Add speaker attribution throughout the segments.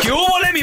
Speaker 1: ¿Qué hubo, le, mi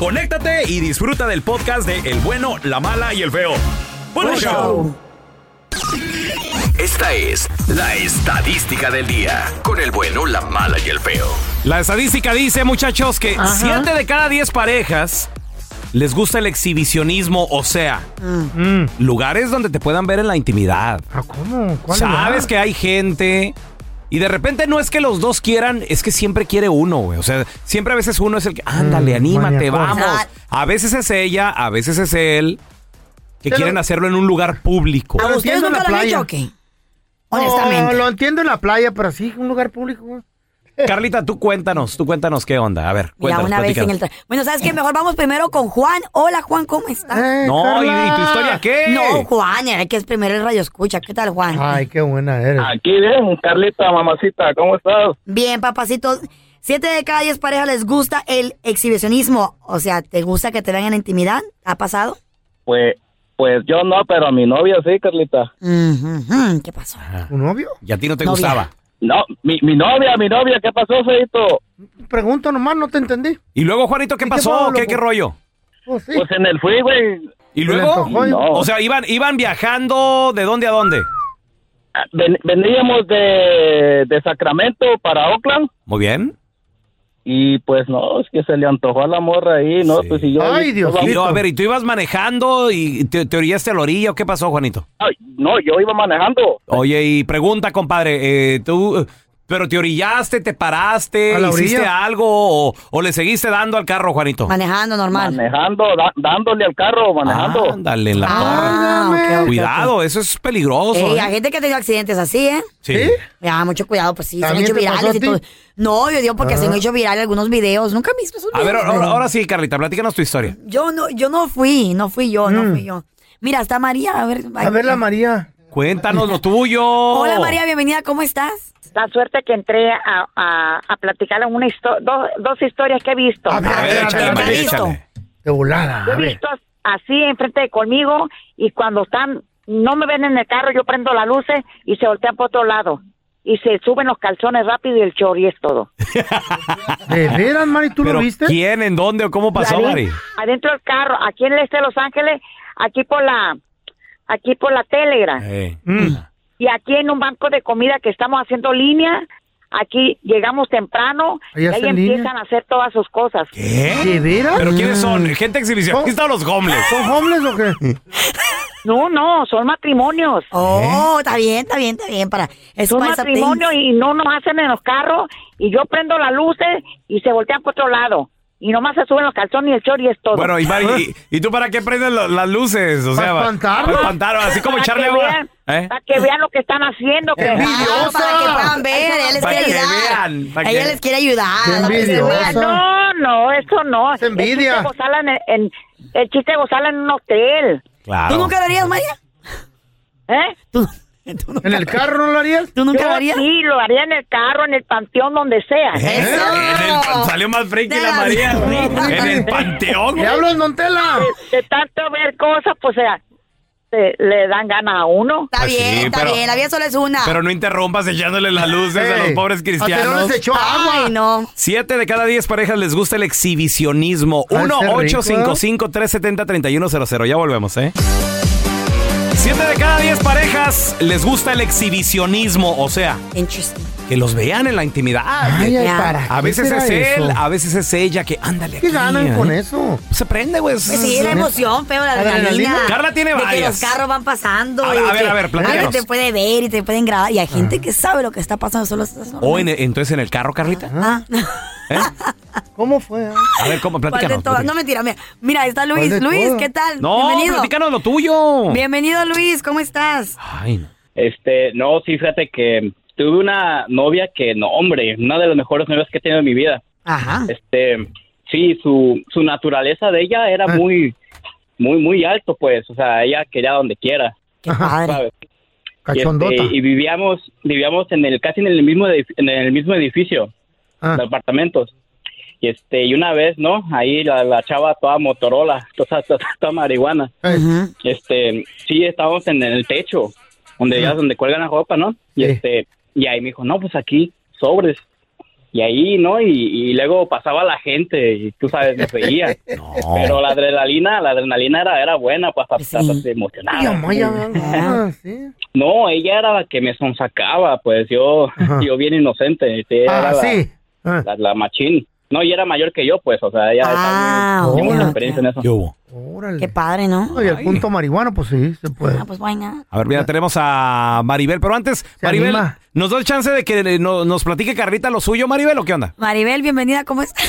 Speaker 1: conéctate y disfruta del podcast de El bueno, la mala y el feo. Bueno
Speaker 2: Buen
Speaker 1: show.
Speaker 3: Esta es la estadística del día. Con el bueno, la mala y el feo.
Speaker 1: La estadística dice, muchachos, que
Speaker 3: Ajá.
Speaker 1: 7 de cada 10 parejas les gusta el exhibicionismo, o sea, lugares donde te puedan ver en la intimidad.
Speaker 2: ¿Cómo? ¿Cuál
Speaker 1: Sabes
Speaker 2: lugar?
Speaker 1: que hay gente. Y de repente no es que los dos quieran, es que siempre quiere uno, güey. O sea, siempre a veces uno es el
Speaker 2: Mm,
Speaker 1: que, ándale, anímate,
Speaker 4: maniacoso.
Speaker 1: vamos. A veces es ella, a veces es él. Que
Speaker 2: Pero-
Speaker 1: quieren hacerlo en un lugar público.
Speaker 2: Pero entiendo la playa.
Speaker 1: Honestamente.
Speaker 2: No, lo entiendo en la playa, pero sí, un lugar público. güey.
Speaker 1: Carlita, tú cuéntanos, tú cuéntanos qué onda. A ver,
Speaker 5: Mira,
Speaker 1: cuéntanos,
Speaker 5: una vez en el...
Speaker 1: platícanos.
Speaker 5: tra- Bueno, ¿sabes qué? Mejor vamos primero con Juan. Hola, Juan, ¿cómo estás?
Speaker 1: No, ¿y- Carla. ¿y tu historia qué?
Speaker 5: No, Juan, era el que es primero el radio escucha. ¿Qué tal, Juan?
Speaker 2: Ay, qué buena eres.
Speaker 6: Aquí bien, Carlita, mamacita, ¿cómo estás?
Speaker 5: Bien, papacito. Siete de cada diez parejas les gusta el exhibicionismo. O sea, ¿te gusta que te vean en la intimidad? ¿Ha pasado?
Speaker 6: Pues, pues yo no, pero a mi novia sí, Carlita.
Speaker 5: ¿Qué pasó?
Speaker 2: ¿Un Ah. novio?
Speaker 1: ¿Y a ti no te
Speaker 2: Novia.
Speaker 1: gustaba?
Speaker 6: No, mi, mi novia, mi novia, ¿qué pasó, Feito?
Speaker 2: Pregunto nomás, no te entendí.
Speaker 1: Y luego, Juanito,
Speaker 2: ¿Y
Speaker 1: ¿qué
Speaker 2: qué
Speaker 1: pasó?
Speaker 2: pasó,
Speaker 1: ¿Qué,
Speaker 2: loco?
Speaker 1: qué rollo?
Speaker 2: Pues sí.
Speaker 6: Pues en el freeway.
Speaker 1: ¿Y
Speaker 6: Se le
Speaker 1: luego?
Speaker 6: antojó y- No.
Speaker 1: O sea, iban, iban viajando de dónde a dónde.
Speaker 6: Ah, ven- veníamos de, de Sacramento para Oakland
Speaker 1: Muy bien.
Speaker 6: y pues no, es que se le antojó a la morra ahí, ¿no? Pues y yo...
Speaker 1: Y
Speaker 6: yo-
Speaker 1: no, a ver, ¿y tú ibas manejando y te, te orillaste a la orilla o qué pasó, Juanito?
Speaker 6: Ay, no, yo iba manejando.
Speaker 1: Oye, y pregunta, compadre, eh, tú, eh, pero te orillaste, te paraste,
Speaker 6: A la
Speaker 1: hiciste
Speaker 6: orilla.
Speaker 1: algo o, o le seguiste dando al carro, Juanito.
Speaker 5: Manejando normal.
Speaker 6: Manejando, da- dándole al carro, manejando.
Speaker 1: Ándale, en la
Speaker 5: Ah,
Speaker 1: torre.
Speaker 5: ok, ok, ok.
Speaker 1: Cuidado, eso es peligroso.
Speaker 5: Ey,
Speaker 1: ¿eh?
Speaker 5: hay gente que ha tenido accidentes así, ¿eh?
Speaker 1: Sí.
Speaker 5: Ya, mucho cuidado, pues sí, se han
Speaker 1: ¿También
Speaker 5: hecho
Speaker 1: te pasó
Speaker 5: virales
Speaker 1: a
Speaker 5: y
Speaker 1: ti?
Speaker 5: todo. No, yo digo porque
Speaker 1: Ah.
Speaker 5: se han hecho virales algunos videos. Nunca he visto esos
Speaker 1: A ver,
Speaker 5: videos,
Speaker 1: ahora,
Speaker 5: pero-
Speaker 1: ahora sí, Carlita, platícanos tu historia.
Speaker 5: Yo no, yo no fui, no fui yo, no fui yo. Mira, está María, a ver.
Speaker 2: Mm. A ver la María.
Speaker 1: Cuéntanos lo tuyo.
Speaker 2: Oh.
Speaker 5: Hola María, bienvenida, ¿cómo estás?
Speaker 7: La suerte que entré a, a, a platicar una histo- dos, dos historias que he visto.
Speaker 2: Échale, María, échale. De volada, a
Speaker 7: Yo he
Speaker 2: ver.
Speaker 7: visto así enfrente de conmigo y cuando están, no me ven en el carro, yo prendo las luces y se voltean por otro lado. Y se suben los calzones rápido y el chori es todo.
Speaker 2: ¿De veras, Mari, tú
Speaker 1: ¿Pero
Speaker 2: lo viste?
Speaker 1: ¿Quién, en dónde o cómo pasó,
Speaker 7: Ahí,
Speaker 1: Mari?
Speaker 7: Adentro del carro, aquí en el este de Los Ángeles, aquí por la, aquí por la Telegram.
Speaker 1: Eh.
Speaker 5: Mm.
Speaker 2: Mm.
Speaker 7: Y aquí en un banco de comida que estamos haciendo línea, aquí llegamos temprano
Speaker 1: Ahí
Speaker 7: y ahí
Speaker 1: hacen
Speaker 7: empiezan
Speaker 1: línea.
Speaker 7: a hacer todas sus cosas. Oh,
Speaker 1: ¿Eh?
Speaker 2: ¿De veras?
Speaker 1: Mm. ¿Pero quiénes son? ¿Gente exhibicionista o los homeless?
Speaker 2: ¿Son homeless o qué?
Speaker 7: No, no, son matrimonios.
Speaker 1: ¿Eh?
Speaker 5: Oh, está bien, está bien, está bien. Para, es
Speaker 7: Son
Speaker 5: para esa
Speaker 7: matrimonios y no nos hacen en los carros y yo prendo las luces y se voltean por otro lado. Y nomás se suben los calzones y el short y es todo.
Speaker 1: Bueno, y, Mari, ¿y, y tú para qué prendes lo- las luces? O sea,
Speaker 2: Para espantarlos.
Speaker 1: Para espantarlos, así como
Speaker 7: Para
Speaker 1: echarle
Speaker 7: que
Speaker 1: agua.
Speaker 7: vean- Ah.
Speaker 1: ¿Eh?
Speaker 7: Para que vean lo que están haciendo. Que
Speaker 5: Claro, para que puedan ver, ella les
Speaker 1: Para
Speaker 5: quiere
Speaker 1: que
Speaker 5: ayudar.
Speaker 1: vean, para
Speaker 5: Ella
Speaker 1: que-
Speaker 5: les quiere ayudar.
Speaker 2: Qué
Speaker 5: para que se
Speaker 2: envidiosa.
Speaker 5: vean.
Speaker 7: No, no, eso no.
Speaker 2: Es envidia.
Speaker 7: El chiste gozala en, en- el chiste gozala en un hotel.
Speaker 5: ¿Tú
Speaker 1: Claro.
Speaker 5: nunca lo harías, María?
Speaker 7: ¿Eh?
Speaker 5: ¿Tú, tú nunca-
Speaker 2: ¿En el carro no lo harías?
Speaker 5: ¿tú nunca
Speaker 7: Yo
Speaker 5: lo harías? ¿Eh?
Speaker 7: sí, lo haría en el carro, en el panteón, donde sea.
Speaker 5: ¡Eso!
Speaker 1: En el- salió más friki
Speaker 5: De
Speaker 1: la
Speaker 5: la-
Speaker 1: María. en el
Speaker 2: Friki.
Speaker 1: panteón.
Speaker 2: ¡Le hablo en Montela!
Speaker 7: De tanto ver cosas, pues sea, se- le dan ganas a uno.
Speaker 5: Está
Speaker 1: Pues sí,
Speaker 5: bien, está
Speaker 1: pero-
Speaker 5: bien. La vida solo es una.
Speaker 1: Pero no interrumpas echándole las luces a los
Speaker 2: Ey,
Speaker 1: pobres
Speaker 2: ¿A
Speaker 1: cristianos.
Speaker 2: les echó agua?
Speaker 5: Ay, no.
Speaker 1: Siete de cada diez parejas les gusta el exhibicionismo.
Speaker 2: Ah, qué rico.
Speaker 1: 1-855-370-3100. Ya volvemos, ¿eh? Siete de cada diez parejas les gusta el exhibicionismo. O sea,
Speaker 5: Interesting.
Speaker 1: que los vean en la intimidad.
Speaker 2: Ay, ay,
Speaker 5: Ya.
Speaker 2: para.
Speaker 1: a
Speaker 2: qué
Speaker 1: veces
Speaker 2: será
Speaker 1: es él,
Speaker 2: eso?
Speaker 1: a veces es ella que ándale.
Speaker 2: ¿Qué
Speaker 1: aquí,
Speaker 2: ganan
Speaker 1: ¿eh?
Speaker 2: con eso?
Speaker 1: Se prende, güey.
Speaker 5: Pues sí, la emoción, feo, la
Speaker 2: ¿Adrenalina?
Speaker 5: adrenalina.
Speaker 1: Carla tiene
Speaker 5: de que
Speaker 1: varias.
Speaker 5: los carros van pasando.
Speaker 1: A-
Speaker 5: y
Speaker 1: a
Speaker 5: de
Speaker 1: ver,
Speaker 5: que
Speaker 1: a ver, platícanos. Ah.
Speaker 5: alguien te puede ver y te pueden grabar. Y hay gente que sabe lo que está pasando. Solo esas son-
Speaker 1: O en- entonces en el carro, Carlita.
Speaker 5: Ah.
Speaker 1: ¿Eh?
Speaker 2: ¿Cómo fue? ah?
Speaker 1: A ver, ¿cómo?
Speaker 5: ¿Cuál de
Speaker 1: Platícanos.
Speaker 5: todas? No, mentira, mira. Mira, está Luis.
Speaker 2: de
Speaker 5: Luis,
Speaker 2: todas?
Speaker 5: ¿qué tal?
Speaker 1: No,
Speaker 5: Bienvenido.
Speaker 1: platícanos lo tuyo.
Speaker 5: Bienvenido, Luis. ¿Cómo estás?
Speaker 1: Ay, no.
Speaker 4: Este, no, sí, fíjate que tuve una novia que, no, hombre, una de las mejores novias que he tenido en mi vida.
Speaker 5: Ajá.
Speaker 4: Este, sí, su, su naturaleza de ella era
Speaker 2: Ah.
Speaker 4: muy, muy, muy alto, pues, o sea, ella quería donde quiera,
Speaker 5: Qué padre.
Speaker 4: ¿sabes? Y, este,
Speaker 2: Cachondota.
Speaker 4: y vivíamos, vivíamos en el, casi en el mismo, edif- en el mismo edificio,
Speaker 2: Ah.
Speaker 4: de apartamentos. Y este, y una vez, ¿no? Ahí la, la chava toda Motorola, toda, toda, toda marihuana.
Speaker 2: Ey,
Speaker 4: este sí estábamos en el techo donde ya donde cuelgan la ropa no y
Speaker 2: Sí.
Speaker 4: este y ahí me dijo no pues aquí sobres y ahí no y, y luego pasaba la gente y tú sabes me veía pero la adrenalina la adrenalina era era buena pues hasta,
Speaker 5: Sí.
Speaker 4: hasta te emocionaba.
Speaker 2: ay, amor, ya, ah, sí.
Speaker 4: no ella era la que me sonsacaba pues yo
Speaker 2: Ajá.
Speaker 4: yo bien inocente este, ella era
Speaker 2: Ah,
Speaker 4: la,
Speaker 2: sí. Ah.
Speaker 4: la, la machín no y era mayor que yo pues o sea ella
Speaker 5: Ah,
Speaker 4: estaba muy-
Speaker 2: ok,
Speaker 4: muy
Speaker 2: ok.
Speaker 4: experiencia en eso
Speaker 1: ¿Qué hubo?
Speaker 2: Órale.
Speaker 5: Qué padre, ¿no?
Speaker 2: No, y el punto marihuano, pues sí, se puede.
Speaker 5: Ah, pues why not?
Speaker 1: A ver, mira, tenemos a Maribel, pero antes, Maribel,
Speaker 2: anima?
Speaker 1: ¿nos da el chance de que eh, no- nos platique Carlita lo suyo, Maribel, o qué onda?
Speaker 5: Maribel, bienvenida, ¿cómo estás?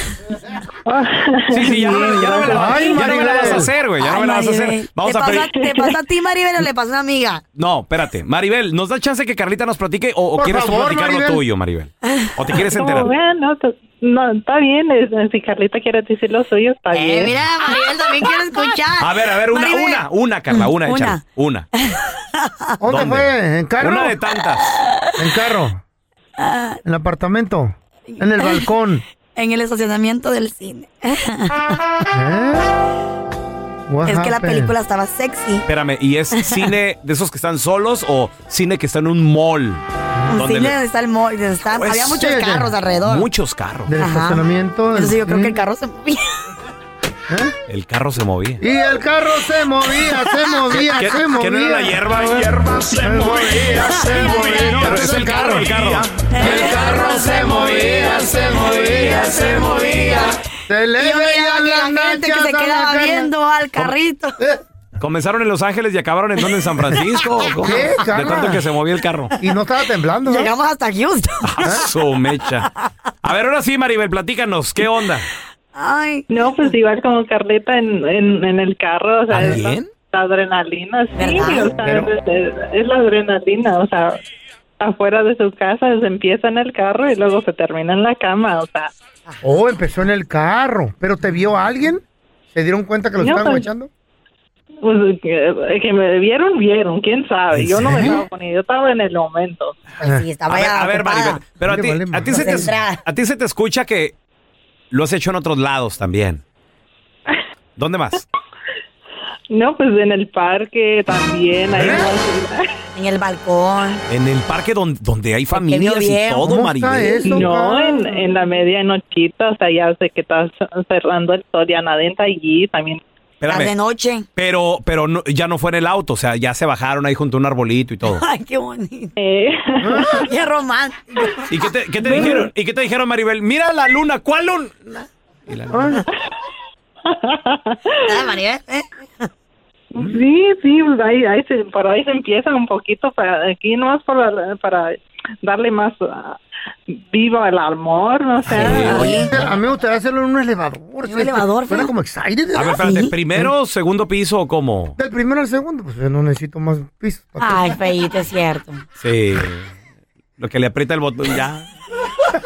Speaker 1: Sí, sí, ya, no- ya no me la,
Speaker 2: Ay,
Speaker 1: ya no me la
Speaker 2: Maribel.
Speaker 1: vas a hacer, güey, ya no
Speaker 5: Ay,
Speaker 1: me la vas a hacer.
Speaker 5: Maribel,
Speaker 1: Vamos
Speaker 5: Eh, ¿Te,
Speaker 1: a
Speaker 5: pasó,
Speaker 1: pedir...
Speaker 5: ¿Te pasó a ti, Maribel, o le pasó a una amiga?
Speaker 1: No, espérate. Maribel, ¿nos da el chance que Carlita nos platique o, o
Speaker 2: Por
Speaker 1: quieres tú
Speaker 2: favor,
Speaker 1: platicar
Speaker 2: Maribel.
Speaker 1: lo tuyo, Maribel? ¿O te quieres enterar?
Speaker 8: No, bueno, t- no, está bien. es- Si Carlita quiere decir lo suyo, está
Speaker 5: Eh,
Speaker 8: bien.
Speaker 5: mira, Maribel también quiero escuchar.
Speaker 1: A ver, a ver, una,
Speaker 5: Maribel.
Speaker 1: una, una, Carla, una,
Speaker 5: Una.
Speaker 1: échale. Una.
Speaker 2: ¿Dónde,
Speaker 1: ¿Dónde?
Speaker 2: fue? ¿En carro?
Speaker 1: Una de tantas.
Speaker 2: ¿En carro? ¿En el apartamento? ¿En el balcón?
Speaker 5: Ah, En el estacionamiento del cine.
Speaker 2: ¿Eh? What
Speaker 5: Es que la
Speaker 2: happened?
Speaker 5: película estaba sexy.
Speaker 1: Espérame, ¿y es cine de esos que están solos o cine que está en un mall?
Speaker 5: Un
Speaker 1: Donde
Speaker 5: cine
Speaker 1: le-
Speaker 5: donde está el mall, donde están-
Speaker 1: Pues
Speaker 5: había muchos
Speaker 2: sí, de-
Speaker 5: carros alrededor.
Speaker 1: Muchos carros.
Speaker 2: Del
Speaker 5: Ajá.
Speaker 2: estacionamiento. del-
Speaker 5: Entonces yo creo que el carro se movía.
Speaker 2: ¿Eh?
Speaker 1: El carro se movía.
Speaker 2: Y el carro se movía, se movía,
Speaker 1: ¿Qué,
Speaker 2: se
Speaker 1: qué
Speaker 2: movía.
Speaker 1: no era la hierba, güey?
Speaker 2: se movía, se movía.
Speaker 1: Pero es el carro, el carro.
Speaker 2: El carro se movía, se movía, se movía. Se le
Speaker 5: Y yo
Speaker 2: veía
Speaker 5: miraba que
Speaker 2: las
Speaker 5: la gente que
Speaker 2: nachas
Speaker 5: se
Speaker 2: a la
Speaker 5: quedaba
Speaker 2: Carla.
Speaker 5: viendo al carrito.
Speaker 1: Comenzaron en Los Ángeles y acabaron en donde en San Francisco. ¿o cómo?
Speaker 2: ¿Qué,
Speaker 1: De
Speaker 2: Carla?
Speaker 1: tanto que se movía el carro.
Speaker 2: Y no estaba temblando. ¿eh?
Speaker 5: Llegamos hasta Houston.
Speaker 1: Ah, Su mecha. A ver, ahora sí, Maribel, platícanos, ¿qué onda?
Speaker 5: Ay.
Speaker 8: No, pues igual como Carlita en, en, en el carro, o
Speaker 1: ¿Ah,
Speaker 8: sea, es la,
Speaker 1: ¿También?
Speaker 8: la adrenalina, sí,
Speaker 5: ¿Verdad?
Speaker 8: o sea, es, es la adrenalina, o sea, afuera de sus casas empieza en el carro y luego se termina en la cama, o sea,
Speaker 2: Oh, empezó en el carro. ¿Pero te vio alguien? ¿Se dieron cuenta que lo
Speaker 8: No,
Speaker 2: estaban
Speaker 8: pues-
Speaker 2: guachando?
Speaker 8: pues, que, que me vieron, vieron, quién sabe,
Speaker 1: ¿En
Speaker 8: yo no me
Speaker 1: serio?
Speaker 8: estaba poniendo, yo estaba en el momento.
Speaker 5: Pues sí,
Speaker 1: A
Speaker 5: estaba
Speaker 1: ver,
Speaker 5: ya
Speaker 1: a ver,
Speaker 5: ocupada.
Speaker 1: Maribel, pero a ti,
Speaker 2: Vale,
Speaker 1: a ti se te,
Speaker 5: Concentrada.
Speaker 1: a ti se te escucha que lo has hecho en otros lados también. ¿Dónde más?
Speaker 8: No, pues en el parque también,
Speaker 1: ¿Eh?
Speaker 8: ahí igual-
Speaker 5: En el balcón.
Speaker 1: En el parque donde, donde hay familias y
Speaker 5: bien.
Speaker 1: todo,
Speaker 2: ¿Cómo está
Speaker 1: Maribel.
Speaker 2: eso,
Speaker 8: No,
Speaker 2: Carla?
Speaker 8: en, en la medianochita, o sea, ya sé que está cerrando el sol, ya nadie está allí, también
Speaker 5: Las de
Speaker 1: Espérame,
Speaker 5: noche.
Speaker 1: pero, pero no- ya no fue en el auto, o sea, ya se bajaron ahí junto a un arbolito y todo.
Speaker 5: Ay, qué bonito.
Speaker 8: eh,
Speaker 5: Qué romántico.
Speaker 1: ¿Y qué te, qué te dijeron? ¿Y qué te dijeron, Maribel? Mira la luna, ¿cuál luna? Y la luna.
Speaker 5: Ah, Maribel, ¿eh?
Speaker 8: Sí, sí, pues ahí, ahí se, por ahí se empieza un poquito para aquí nomás para, para darle más ah, vivo el amor, no sé.
Speaker 2: Oye, a mí me gustaría hacerlo en un elevador. ¿sí? Suena como excited.
Speaker 1: A ver,
Speaker 2: ¿verdad?
Speaker 1: espérate,
Speaker 2: Sí.
Speaker 1: ¿primero, segundo piso o cómo?
Speaker 2: Del primero al segundo, pues yo no necesito más piso.
Speaker 5: Ay, feíto, es cierto.
Speaker 1: Sí. Lo que le aprieta el botón ya.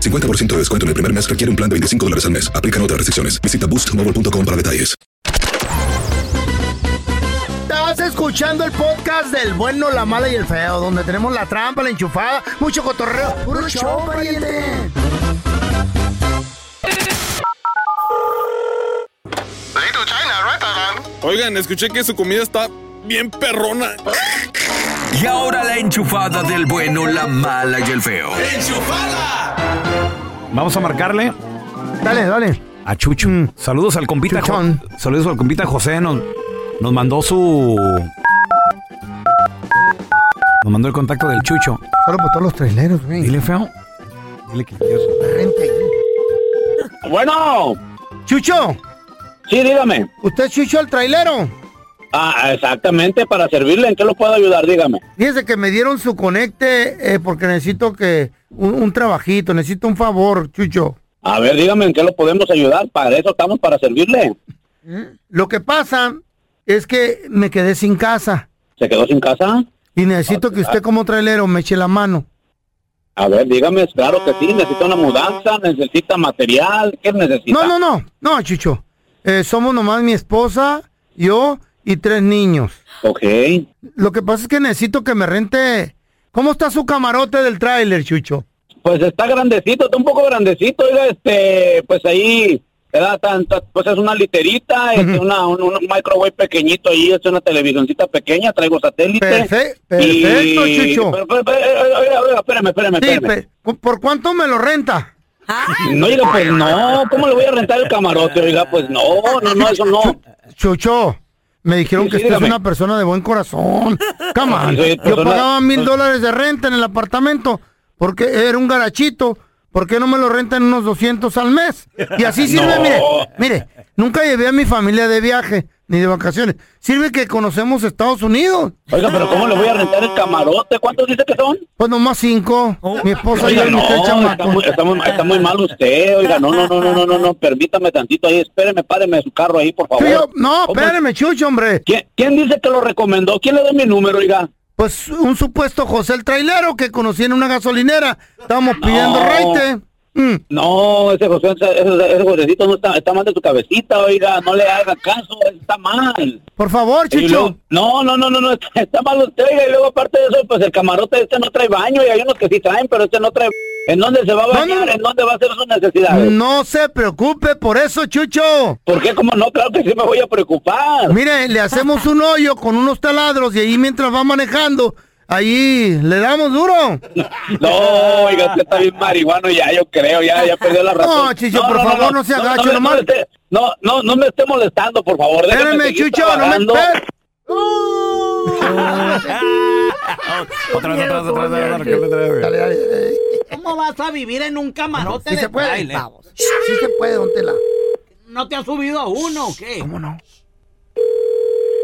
Speaker 9: 50% de descuento en el primer mes requiere un plan de 25 dólares al mes. Aplican otras restricciones. Visita boostmobile.com para detalles.
Speaker 2: Estás escuchando el podcast del bueno, la mala y el feo, donde tenemos la trampa, la enchufada, mucho cotorreo. ¡Puro show, pariente!
Speaker 10: Oigan, escuché que su comida está bien perrona.
Speaker 11: Y ahora la enchufada del bueno, la mala y el feo.
Speaker 1: Vamos a marcarle.
Speaker 2: Dale, dale. Mm.
Speaker 1: A Chucho. Saludos al compita. Jo- Saludos al compita José. Nos, nos mandó su. Nos mandó el contacto del Chucho.
Speaker 2: Solo por todos los traileros, güey.
Speaker 1: Dile feo. Dile que
Speaker 2: Bueno. Chucho.
Speaker 12: Sí, dígame.
Speaker 2: ¿Usted es Chucho el trailero?
Speaker 12: Ah, exactamente, para servirle, ¿en qué lo puedo ayudar? Dígame.
Speaker 2: Fíjese que me dieron su conecte eh, porque necesito que un, un trabajito, necesito un favor, Chucho.
Speaker 12: A ver, dígame, ¿en qué lo podemos ayudar? Para eso estamos, para servirle.
Speaker 2: Lo que pasa es que me quedé sin casa
Speaker 12: ¿Se quedó sin casa?
Speaker 2: y necesito que usted como trailero me eche la mano.
Speaker 12: A ver, dígame, claro que sí, necesita
Speaker 2: Ah.
Speaker 12: una mudanza, necesita material, ¿qué necesita?
Speaker 2: No, no, no, no, Chucho. Eh, somos nomás mi esposa, yo y tres niños.
Speaker 12: Ok.
Speaker 2: Lo que pasa es que necesito que me rente. ¿Cómo está su camarote del tráiler, Chucho?
Speaker 12: Pues está grandecito, está un poco grandecito, oiga, este, pues ahí, ¿verdad? Tan- tan- pues es una literita, este, una, un, un microwave pequeñito ahí, es una televisioncita pequeña, traigo satélite.
Speaker 2: Perfe- perfecto,
Speaker 12: y-
Speaker 2: Chucho.
Speaker 12: pero- pero- pero, oiga, oiga, espérame, espérame,
Speaker 2: Sí,
Speaker 12: espérame.
Speaker 2: pe- ¿cu- ¿por cuánto me lo renta?
Speaker 12: No, oiga, pues no, ¿cómo le voy a rentar el camarote? Oiga, pues no, no, no, eso no.
Speaker 2: Chucho, me dijeron
Speaker 12: Sí,
Speaker 2: que
Speaker 12: sí,
Speaker 2: usted es
Speaker 12: dígame.
Speaker 2: una persona de buen corazón. Come on.
Speaker 12: Sí, pues, soy
Speaker 2: Yo
Speaker 12: persona-
Speaker 2: pagaba mil dólares de renta en el apartamento porque era un garachito. ¿Por qué no me lo rentan unos 200 al mes? Y así sirve,
Speaker 12: No.
Speaker 2: mire, mire, nunca llevé a mi familia de viaje ni de vacaciones. Sirve que conocemos Estados Unidos.
Speaker 12: Oiga, pero ¿cómo le voy a rentar el camarote? ¿Cuántos dice que son?
Speaker 2: Pues nomás cinco. Mi esposa y yo
Speaker 12: Oiga,
Speaker 2: y
Speaker 12: no,
Speaker 2: usted,
Speaker 12: está
Speaker 2: chamaco.
Speaker 12: muy, está muy- está muy mal usted, oiga, no, no, no, no, no, no, no, permítame tantito ahí, espéreme, páreme su carro ahí, por favor.
Speaker 2: Chuyo, no, espéreme, Chucho, hombre.
Speaker 12: ¿Quién, quién dice que lo recomendó? ¿Quién le dio mi número, oiga?
Speaker 2: Pues un supuesto José el trailero que conocí en una gasolinera. Estábamos pidiendo
Speaker 12: No.
Speaker 2: reite. mm.
Speaker 12: No, ese José, ese, ese Josécito no está, está mal de su cabecita, oiga, no le haga caso, está mal.
Speaker 2: Por favor,
Speaker 12: Y
Speaker 2: Chucho.
Speaker 12: luego- no, no, no, no, no, está, está mal usted, oiga, y luego aparte de eso, pues el camarote este no trae baño, y hay unos que sí traen, pero este no trae... ¿En dónde se va a bañar? ¿En dónde va a hacer sus necesidades?
Speaker 2: No se preocupe por eso, Chucho.
Speaker 12: ¿Por qué? ¿Cómo no? Claro que sí me voy a preocupar.
Speaker 2: Mire, le hacemos un hoyo con unos taladros y ahí mientras va manejando, ahí le damos duro.
Speaker 12: No, oiga, usted está bien marihuano ya, yo creo, ya, ya perdió la razón.
Speaker 2: No, Chicho, por favor, no se agache, nomás-
Speaker 12: esté- No, no, no me esté molestando, por favor. déjeme
Speaker 2: Espérame,
Speaker 12: seguir
Speaker 2: Chucho, no me
Speaker 12: trabajando.
Speaker 2: estés.
Speaker 1: Otra vez, otra vez, otra vez, otra vez, otra vez.
Speaker 13: ¿Cómo vas a vivir en un camarote
Speaker 2: Sí
Speaker 13: de
Speaker 2: se puede,
Speaker 13: baile?
Speaker 2: pavos. Sí se puede, don Tela.
Speaker 13: ¿No te has subido a uno o qué? ¿Cómo
Speaker 2: no?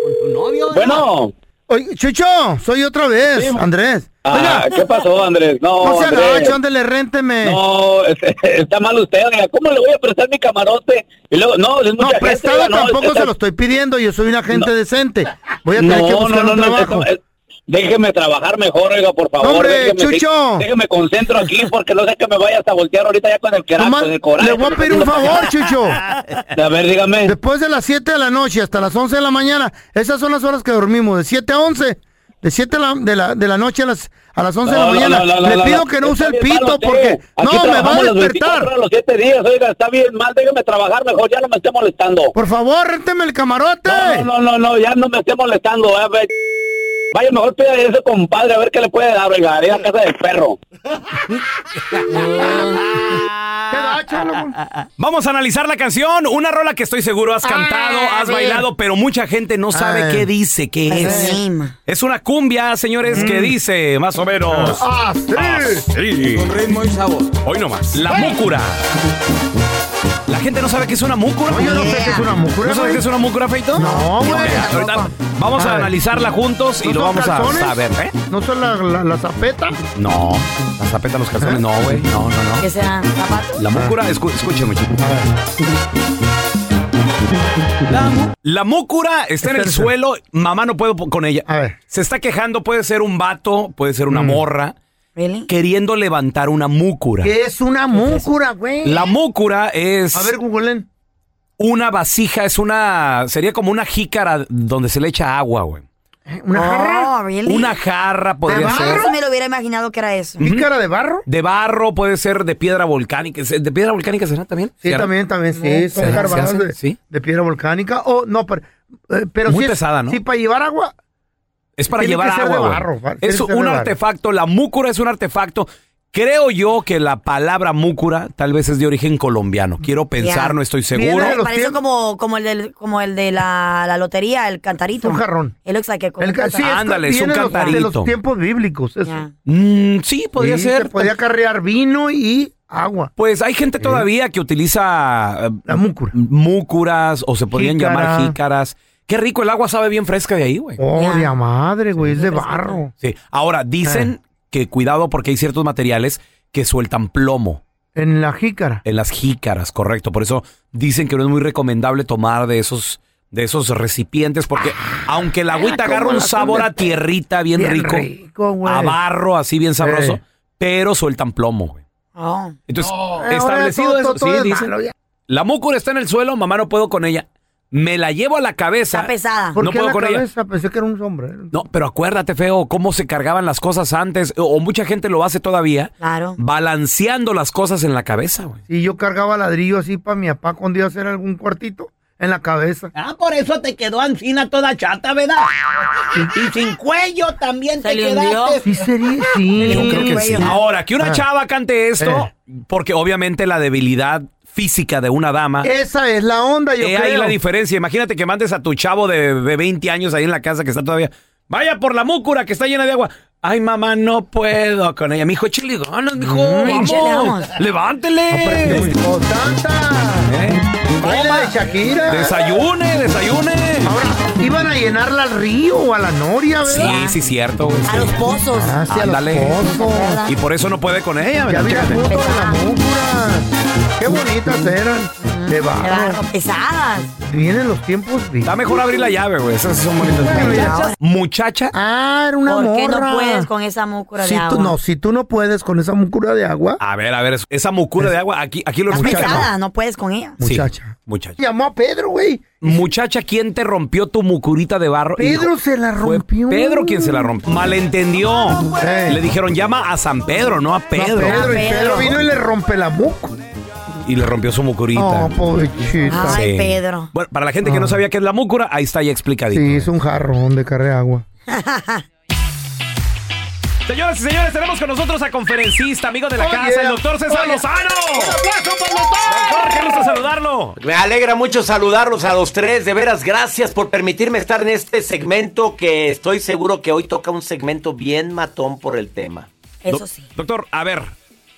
Speaker 13: Con tu novio. ¿verdad?
Speaker 12: Bueno.
Speaker 2: Oye, Chucho, soy otra vez, Andrés.
Speaker 12: Ah, ¿qué pasó, Andrés? No,
Speaker 2: No se
Speaker 12: Andrés.
Speaker 2: agacho, ándele, rénteme.
Speaker 12: No, este, está mal usted, oiga, ¿cómo le voy a prestar mi camarote? Y luego, no, es mucha
Speaker 2: No,
Speaker 12: gente,
Speaker 2: prestado
Speaker 12: oiga, no,
Speaker 2: tampoco
Speaker 12: está-
Speaker 2: se lo estoy pidiendo, yo soy una gente decente. Voy a tener
Speaker 12: no,
Speaker 2: que buscar
Speaker 12: no,
Speaker 2: un
Speaker 12: no, no,
Speaker 2: trabajo.
Speaker 12: esto- eh, déjeme trabajar mejor, oiga, por favor.
Speaker 2: Hombre,
Speaker 12: déjeme,
Speaker 2: Chucho.
Speaker 12: Déjeme concentro aquí porque no sé que me vaya hasta voltear ahorita ya con el que
Speaker 2: Nomás
Speaker 12: con el coraje.
Speaker 2: le voy a pedir un favor, Chucho. A
Speaker 12: ver, dígame.
Speaker 2: Después de las 7 de la noche hasta las 11 de la mañana, esas son las horas que dormimos, de 7 a 11. De 7 de la, de la, de la noche a las, a las 11 de la
Speaker 12: No, no,
Speaker 2: mañana.
Speaker 12: no, no,
Speaker 2: le
Speaker 12: no,
Speaker 2: pido
Speaker 12: no.
Speaker 2: que no use
Speaker 12: Está
Speaker 2: el
Speaker 12: bien mal
Speaker 2: pito
Speaker 12: usted.
Speaker 2: porque
Speaker 12: Aquí
Speaker 2: no, me va a
Speaker 12: trabajamos las 24
Speaker 2: despertar.
Speaker 12: horas, los siete días, oiga, está bien mal, déjeme trabajar mejor, ya no me esté molestando.
Speaker 2: Por favor, rénteme el camarote.
Speaker 12: No, no, no, no, ya no me esté molestando, a ver. Vaya, mejor pida ese compadre a ver qué le puede dar, oiga, ahí a casa del perro.
Speaker 1: Vamos a analizar la canción, una rola que estoy seguro
Speaker 2: Ah,
Speaker 1: has cantado, has
Speaker 13: sí.
Speaker 1: bailado, pero mucha gente no sabe
Speaker 13: Ay.
Speaker 1: qué dice, qué es. Es una cumbia, señores, que dice más o menos.
Speaker 2: Ah, sí.
Speaker 1: Con ritmo y sabor. Hoy nomás, la múcura. La gente no sabe qué es una múcura.
Speaker 2: yo no sé qué es una múcura,
Speaker 1: ¿No sabes
Speaker 2: güey.
Speaker 1: qué es una múcura, Feito? No,
Speaker 2: güey.
Speaker 1: Ahorita vamos a
Speaker 2: Ay.
Speaker 1: analizarla juntos y
Speaker 2: ¿No
Speaker 1: lo
Speaker 2: son
Speaker 1: vamos
Speaker 2: calzones?
Speaker 1: a saber, ¿eh?
Speaker 2: ¿No son la, la, la zapeta?
Speaker 1: No, la zapeta, los calzones, no, güey. No, no, no.
Speaker 5: Que sean zapatos.
Speaker 1: La múcura,
Speaker 2: Ah.
Speaker 1: escu escúcheme, chico. La, mu- la múcura está en el
Speaker 5: Espérate.
Speaker 1: suelo, mamá no puedo po- con ella. Se está quejando, puede ser un vato, puede ser
Speaker 2: Mm.
Speaker 1: una morra, queriendo levantar una múcura.
Speaker 2: Que es una múcura, güey.
Speaker 1: La múcura es. A ver,
Speaker 2: googleen.
Speaker 1: Una vasija, es una. Sería como una jícara donde se le echa agua, güey.
Speaker 2: ¿Una
Speaker 5: jarra? Oh, really?
Speaker 1: Una jarra podría ser.
Speaker 5: Jamás me lo hubiera imaginado que era eso.
Speaker 2: ¿Jícara de barro?
Speaker 1: De barro, puede ser de piedra volcánica. ¿Es- ¿De piedra volcánica será también?
Speaker 2: Sí,
Speaker 1: ¿Será?
Speaker 2: también, también, sí.
Speaker 1: ¿Se-
Speaker 2: Son
Speaker 1: se
Speaker 2: carvadas
Speaker 1: hacen?
Speaker 2: de,
Speaker 1: Sí.
Speaker 2: de piedra volcánica. O, no, pero. eh, pero
Speaker 1: Muy
Speaker 2: sí es-
Speaker 1: pesada, ¿no?
Speaker 2: Sí, para llevar agua.
Speaker 1: Es para
Speaker 2: Tiene que
Speaker 1: llevar
Speaker 2: ser de
Speaker 1: agua. güey.
Speaker 2: barro, va- tiene
Speaker 1: es
Speaker 2: que ser
Speaker 1: un
Speaker 2: de barro.
Speaker 1: artefacto, la múcura es un artefacto. Creo yo que la palabra múcura tal vez es de origen colombiano. Quiero pensar,
Speaker 5: Ya.
Speaker 1: no estoy seguro.
Speaker 5: Me parece como, como el del, como el de la, la lotería, el cantarito.
Speaker 1: Un jarrón.
Speaker 5: It looks like it, como
Speaker 2: El
Speaker 5: un
Speaker 2: ca- sí,
Speaker 5: cantarito.
Speaker 1: Ándale, es un
Speaker 2: viene de los- De
Speaker 1: cantarito. Mm,
Speaker 2: los tiempos bíblicos, eso.
Speaker 1: sí, podría
Speaker 2: Sí,
Speaker 1: ser.
Speaker 2: Se podía carrear vino y agua. ¿Eh?
Speaker 1: Pues hay gente todavía que utiliza la
Speaker 2: múcura.
Speaker 1: múcuras o se podrían
Speaker 2: Jícara.
Speaker 1: llamar jícaras. Qué rico, el agua sabe bien fresca de ahí, güey.
Speaker 2: Oh, de a madre, güey, es de barro.
Speaker 1: Sí. Ahora, dicen
Speaker 2: Eh.
Speaker 1: que cuidado porque hay ciertos materiales que sueltan plomo.
Speaker 2: En la jícara.
Speaker 1: En las jícaras, correcto. Por eso dicen que no es muy recomendable tomar de esos, de esos recipientes, porque aunque la agüita
Speaker 2: Ah,
Speaker 1: agarra
Speaker 2: cómo
Speaker 1: un
Speaker 2: la
Speaker 1: sabor a
Speaker 2: conde-
Speaker 1: tierrita bien,
Speaker 2: Bien
Speaker 1: rico,
Speaker 2: rico, güey.
Speaker 1: a barro así bien sabroso,
Speaker 2: Eh.
Speaker 1: pero sueltan plomo, güey.
Speaker 5: Oh.
Speaker 1: Entonces,
Speaker 2: Ahora
Speaker 1: establecido
Speaker 2: todo-
Speaker 1: eso,
Speaker 2: todo- todo
Speaker 1: sí,
Speaker 2: es
Speaker 1: dicen,
Speaker 2: malo ya.
Speaker 1: la múcura está en el suelo, mamá no puedo con ella. Me la llevo a la cabeza.
Speaker 5: Está pesada.
Speaker 2: ¿Por
Speaker 1: no
Speaker 2: qué
Speaker 1: puedo
Speaker 2: la
Speaker 1: con ella.
Speaker 2: cabeza? Pensé que era un hombre.
Speaker 1: No, pero acuérdate, feo, cómo se cargaban las cosas antes, o o mucha gente lo hace todavía,
Speaker 5: Claro.
Speaker 1: balanceando las cosas en la cabeza, güey.
Speaker 2: Y yo cargaba ladrillo así para mi papá cuando iba a hacer algún cuartito en la cabeza.
Speaker 13: Ah, por eso te quedó ancina toda chata, ¿verdad? Y sin cuello también te
Speaker 2: le
Speaker 13: quedaste.
Speaker 2: Sí, sería, sí.
Speaker 1: Yo creo que sí. Ahora, que una
Speaker 2: Ah.
Speaker 1: chava cante esto,
Speaker 2: Eh.
Speaker 1: porque obviamente la debilidad física de una dama.
Speaker 2: Esa es la onda, yo
Speaker 1: He Eh, ahí
Speaker 2: creo.
Speaker 1: la diferencia. Imagínate que mandes a tu chavo de, de 20 años ahí en la casa que está todavía. Vaya por la múcura que está llena de agua. Ay, mamá, no puedo con ella. Mi hijo, échale ganas, mijo.
Speaker 2: Mm, échale,
Speaker 1: Vamos.
Speaker 2: vamos.
Speaker 1: Levántele.
Speaker 2: Baile de Shakira.
Speaker 1: Desayune, desayune.
Speaker 2: Ahora, iban a llenarla al río o a la noria, ¿verdad?
Speaker 1: Eh, Sí, sí, cierto. güey, sí.
Speaker 5: Pozos.
Speaker 2: Ah, sí, a los
Speaker 1: Ándale.
Speaker 2: pozos.
Speaker 1: Y por eso no puede con ella.
Speaker 2: Ya
Speaker 1: ¿verdad?
Speaker 2: había
Speaker 1: Chécate.
Speaker 2: fotos de la múcura. Qué bonitas eran. De barro.
Speaker 5: Pesadas.
Speaker 2: Vienen los tiempos bíblicos.
Speaker 1: Está mejor abrir la llave, güey. Esas son bonitas.
Speaker 2: Muchacha.
Speaker 1: Muchacha.
Speaker 2: Ah, era una
Speaker 5: ¿Por qué
Speaker 2: morra.
Speaker 5: no puedes con esa múcula
Speaker 2: si
Speaker 5: de agua?
Speaker 2: tú, no, si tú no puedes con esa mucura de agua,
Speaker 1: A ver, a ver, esa mucura de agua, aquí, aquí lo
Speaker 5: Está
Speaker 1: explica. ¿no?
Speaker 5: pesada, no puedes con ella.
Speaker 1: Sí,
Speaker 2: Muchacha.
Speaker 1: muchacha.
Speaker 2: llamó a Pedro, güey.
Speaker 1: Muchacha, ¿quién te rompió tu mucurita de barro? Y
Speaker 2: Pedro
Speaker 1: dijo,
Speaker 2: se la
Speaker 1: fue
Speaker 2: rompió.
Speaker 1: Pedro quien se la rompió. Malentendió. Le dijeron, llama a San Pedro, no a Pedro.
Speaker 2: No, Pedro,
Speaker 5: Ah,
Speaker 2: y Pedro vino y le rompe la boca.
Speaker 1: Y le rompió su mucurita.
Speaker 2: Oh, pobrecita. Ah.
Speaker 1: Sí. Bueno, para la gente que no sabía qué es la mucura, ahí está ya explicadito.
Speaker 2: Sí, es un jarrón de carre agua.
Speaker 1: Señoras y señores, tenemos con nosotros a conferencista, amigo de la
Speaker 2: Oh,
Speaker 1: casa,
Speaker 2: yeah.
Speaker 1: el doctor César
Speaker 2: Oh, yeah.
Speaker 1: Lozano.
Speaker 2: ¡Un aplauso para el
Speaker 1: Doctor, qué gusto saludarlo.
Speaker 14: Bueno, me alegra mucho saludarlos a los tres. De veras, gracias por permitirme estar en este segmento que estoy seguro que hoy toca un segmento bien matón por el tema.
Speaker 1: Eso sí. Doctor, a ver.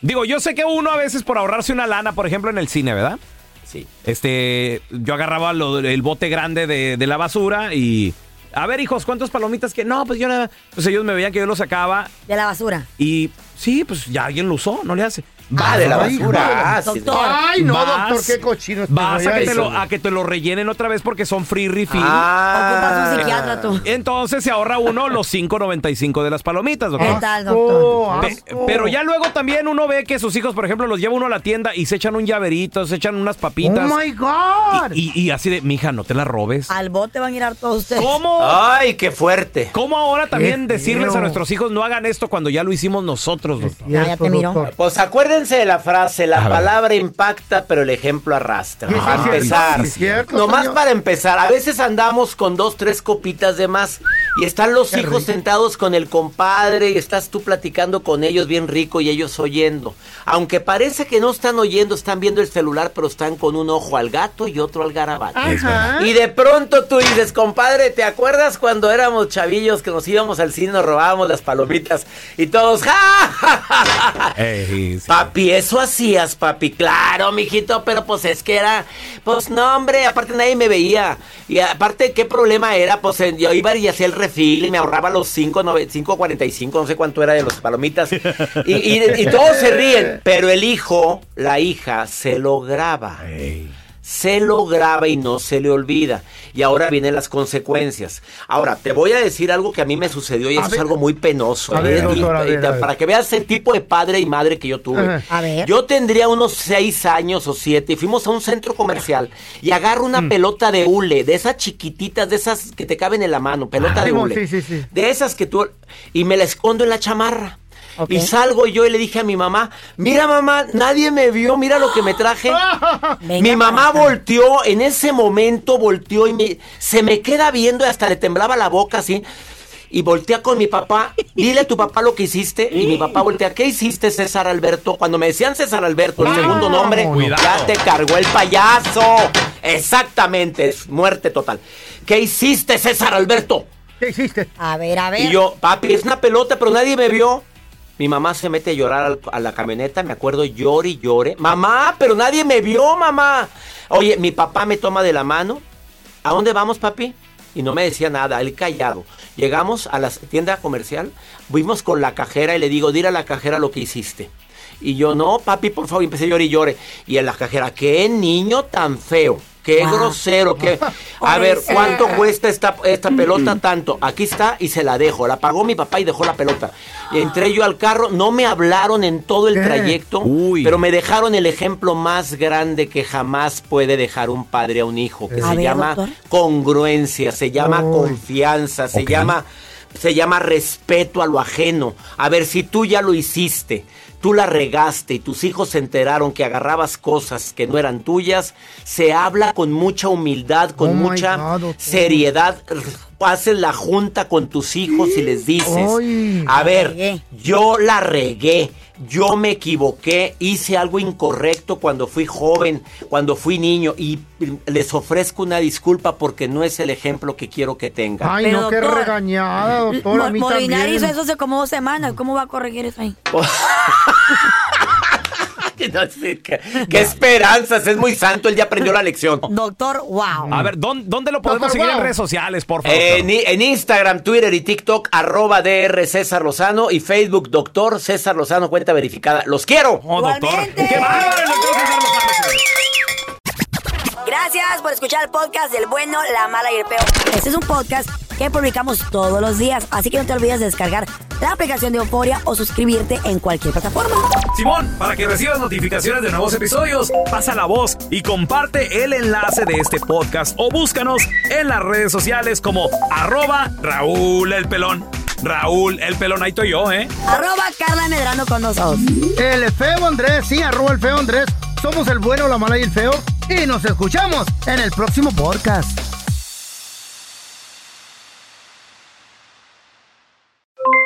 Speaker 1: Digo, yo sé que uno a veces por ahorrarse una lana, por ejemplo, en el cine, ¿verdad?
Speaker 14: Sí.
Speaker 1: Este, yo agarraba lo- el bote grande de, de la basura y. A ver, hijos, ¿cuántas palomitas que.? No, pues yo nada. Pues ellos me veían que yo lo sacaba
Speaker 5: De la basura.
Speaker 1: y. Sí, pues ya alguien lo usó, no le hace.
Speaker 14: Va de la basura.
Speaker 5: Doctor.
Speaker 2: Ay, no,
Speaker 1: Vas-
Speaker 2: doctor, qué cochino este
Speaker 1: Vas
Speaker 2: güey,
Speaker 1: a que,
Speaker 2: ay,
Speaker 1: te lo,
Speaker 2: no.
Speaker 1: a que te lo rellenen otra vez porque son free refill.
Speaker 14: Ah. Ocupas un psiquiatra tú.
Speaker 1: Entonces se ahorra uno los 5.95 de las palomitas, doctor.
Speaker 5: ¿Qué tal, doctor?
Speaker 1: Pe- pero ya luego también uno ve que sus hijos, por ejemplo, los lleva uno a la tienda y se echan un llaverito, se echan unas papitas.
Speaker 5: Oh, my God.
Speaker 1: Y, y- y así de, mija, no te la robes.
Speaker 5: Al bote van a ir a todos ustedes.
Speaker 1: ¿Cómo?
Speaker 14: Ay, qué fuerte.
Speaker 1: ¿Cómo ahora también
Speaker 14: Qué
Speaker 1: decirles
Speaker 14: feo.
Speaker 1: a nuestros hijos no hagan esto cuando ya lo hicimos nosotros, doctor?
Speaker 13: Ah,
Speaker 14: Pues acuérdense de la frase,
Speaker 1: A
Speaker 14: la
Speaker 1: ver.
Speaker 14: palabra impacta, pero el ejemplo arrastra.
Speaker 1: Sí, sí,
Speaker 14: Para
Speaker 1: sí,
Speaker 14: empezar,
Speaker 1: sí, sí, cierto,
Speaker 14: nomás
Speaker 1: señor.
Speaker 14: para empezar, a veces andamos con dos, tres copitas de más y están los hijos sentados con el compadre y estás tú platicando con ellos bien rico y ellos oyendo. Aunque parece que no están oyendo, están viendo el celular, pero están con un ojo al gato y otro al garabato.
Speaker 1: Ah,
Speaker 14: Y de pronto tú dices, compadre, ¿te acuerdas cuando éramos chavillos que nos íbamos al cine, nos robábamos las palomitas y todos, ¡ja! ja, ja, ja, ja"? Papi, eso hacías, papi. Claro, mijito, pero pues es que era. Pues no, hombre, aparte nadie me veía. Y aparte, ¿qué problema era? Pues en- yo iba y hacía el refil y me ahorraba los 5.45, no sé cuánto era de los palomitas. Y, y- y todos se ríen, pero el hijo, la hija, se lo graba. Se lo graba y no se le olvida. Y ahora vienen las consecuencias. Ahora, te voy a decir algo que a mí me sucedió y
Speaker 2: A
Speaker 14: eso es
Speaker 2: ver.
Speaker 14: algo muy penoso.
Speaker 2: A
Speaker 14: ¿eh?
Speaker 2: ver,
Speaker 14: Y-
Speaker 2: doctor, a
Speaker 14: y-
Speaker 2: ver,
Speaker 14: te-
Speaker 2: a ver.
Speaker 14: para que veas el tipo de padre y madre que yo tuve.
Speaker 5: Ajá. A ver.
Speaker 14: Yo tendría unos seis años o siete y fuimos a un centro comercial y agarro una pelota de hule, de esas chiquititas, de esas que te caben en la mano, pelota
Speaker 1: Ah,
Speaker 14: de
Speaker 2: Simón,
Speaker 14: hule.
Speaker 2: sí, sí, sí.
Speaker 14: De esas que tú... Y me la escondo en la chamarra. Y salgo yo y le dije a mi mamá, mira mamá, nadie me vio, mira lo que me traje.
Speaker 12: Ah.
Speaker 14: mi mamá volteó, en ese momento volteó y me- se me queda viendo y hasta le temblaba la boca así. Y voltea con mi papá, dile a tu papá lo que hiciste. Y mi papá voltea, ¿qué hiciste César Alberto? Cuando me decían César Alberto, el segundo nombre,
Speaker 1: Cuidado.
Speaker 14: ya te cargó el payaso. Exactamente, es muerte total. ¿Qué hiciste César Alberto?
Speaker 2: ¿Qué hiciste?
Speaker 5: A ver, a ver.
Speaker 14: Y yo, papi, es una pelota, pero nadie me vio. Mi mamá se mete a llorar al- a la camioneta, me acuerdo, llore y llore. Mamá, pero nadie me vio, mamá. Oye, mi papá me toma de la mano. ¿A dónde vamos, papi? Y no me decía nada, él callado. Llegamos a la tienda comercial, fuimos con la cajera y le digo, dile a la cajera lo que hiciste. Y yo, no, papi, por favor, y empecé a llorar y llore. Y en la cajera, qué niño tan feo, qué
Speaker 15: Ah.
Speaker 14: grosero, qué... A ver, ¿cuánto cuesta esta, esta pelota tanto? Aquí está y se la dejo. La pagó mi papá y dejó la pelota. Y entré yo al carro, no me hablaron en todo
Speaker 15: Eh.
Speaker 14: el trayecto, pero me dejaron el ejemplo más grande que jamás puede dejar un padre a un hijo, que
Speaker 15: A
Speaker 14: se
Speaker 15: ver,
Speaker 14: llama
Speaker 15: doctor. Oh.
Speaker 14: congruencia, se llama confianza, se llama se llama respeto a lo ajeno. A ver, si tú ya lo hiciste, tú la regaste y tus hijos se enteraron que agarrabas cosas que no eran tuyas, se habla con mucha humildad, con
Speaker 2: Oh my
Speaker 14: mucha
Speaker 2: God, doctor.
Speaker 14: seriedad. Haces la junta con tus hijos y les dices,
Speaker 2: Ay.
Speaker 14: a
Speaker 2: La
Speaker 14: ver,
Speaker 2: regué.
Speaker 14: yo la regué, yo me equivoqué, hice algo incorrecto cuando fui joven, cuando fui niño y les ofrezco una disculpa porque no es el ejemplo que quiero que tengan.
Speaker 2: Ay, no, qué regañada, Ah, doctor, a mí
Speaker 5: Mo- Molinar
Speaker 2: también.
Speaker 5: hizo eso hace como dos semanas. ¿Cómo va a corregir eso ahí?
Speaker 14: No sé, ¿Qué, qué esperanzas? Es muy santo, él ya aprendió la lección.
Speaker 5: Doctor, wow.
Speaker 1: A ver, ¿dónde, dónde lo podemos
Speaker 14: Doctor,
Speaker 1: seguir en
Speaker 14: wow.
Speaker 1: redes sociales, por favor?
Speaker 14: En, i- Eh, en Instagram, Twitter y TikTok, arroba DR César Lozano y Facebook, doctor César Lozano, cuenta verificada. ¡Los quiero!
Speaker 5: Gracias por escuchar el podcast del bueno, la mala y el peor. Este es un podcast que publicamos todos los días, así que no te olvides de descargar la aplicación de Euforia o suscribirte en cualquier plataforma.
Speaker 1: Simón, para que recibas notificaciones de nuevos episodios, pasa la voz y comparte el enlace de este podcast o búscanos en las redes sociales como arroba Raúl el Pelón. Raúl el Pelón, ahí estoy yo, ¿eh?
Speaker 5: Arroba Carla Medrano con nosotros.
Speaker 2: El feo Andrés, sí, arroba el feo Andrés. Somos el bueno, la mala y el feo. Y nos escuchamos en el próximo podcast.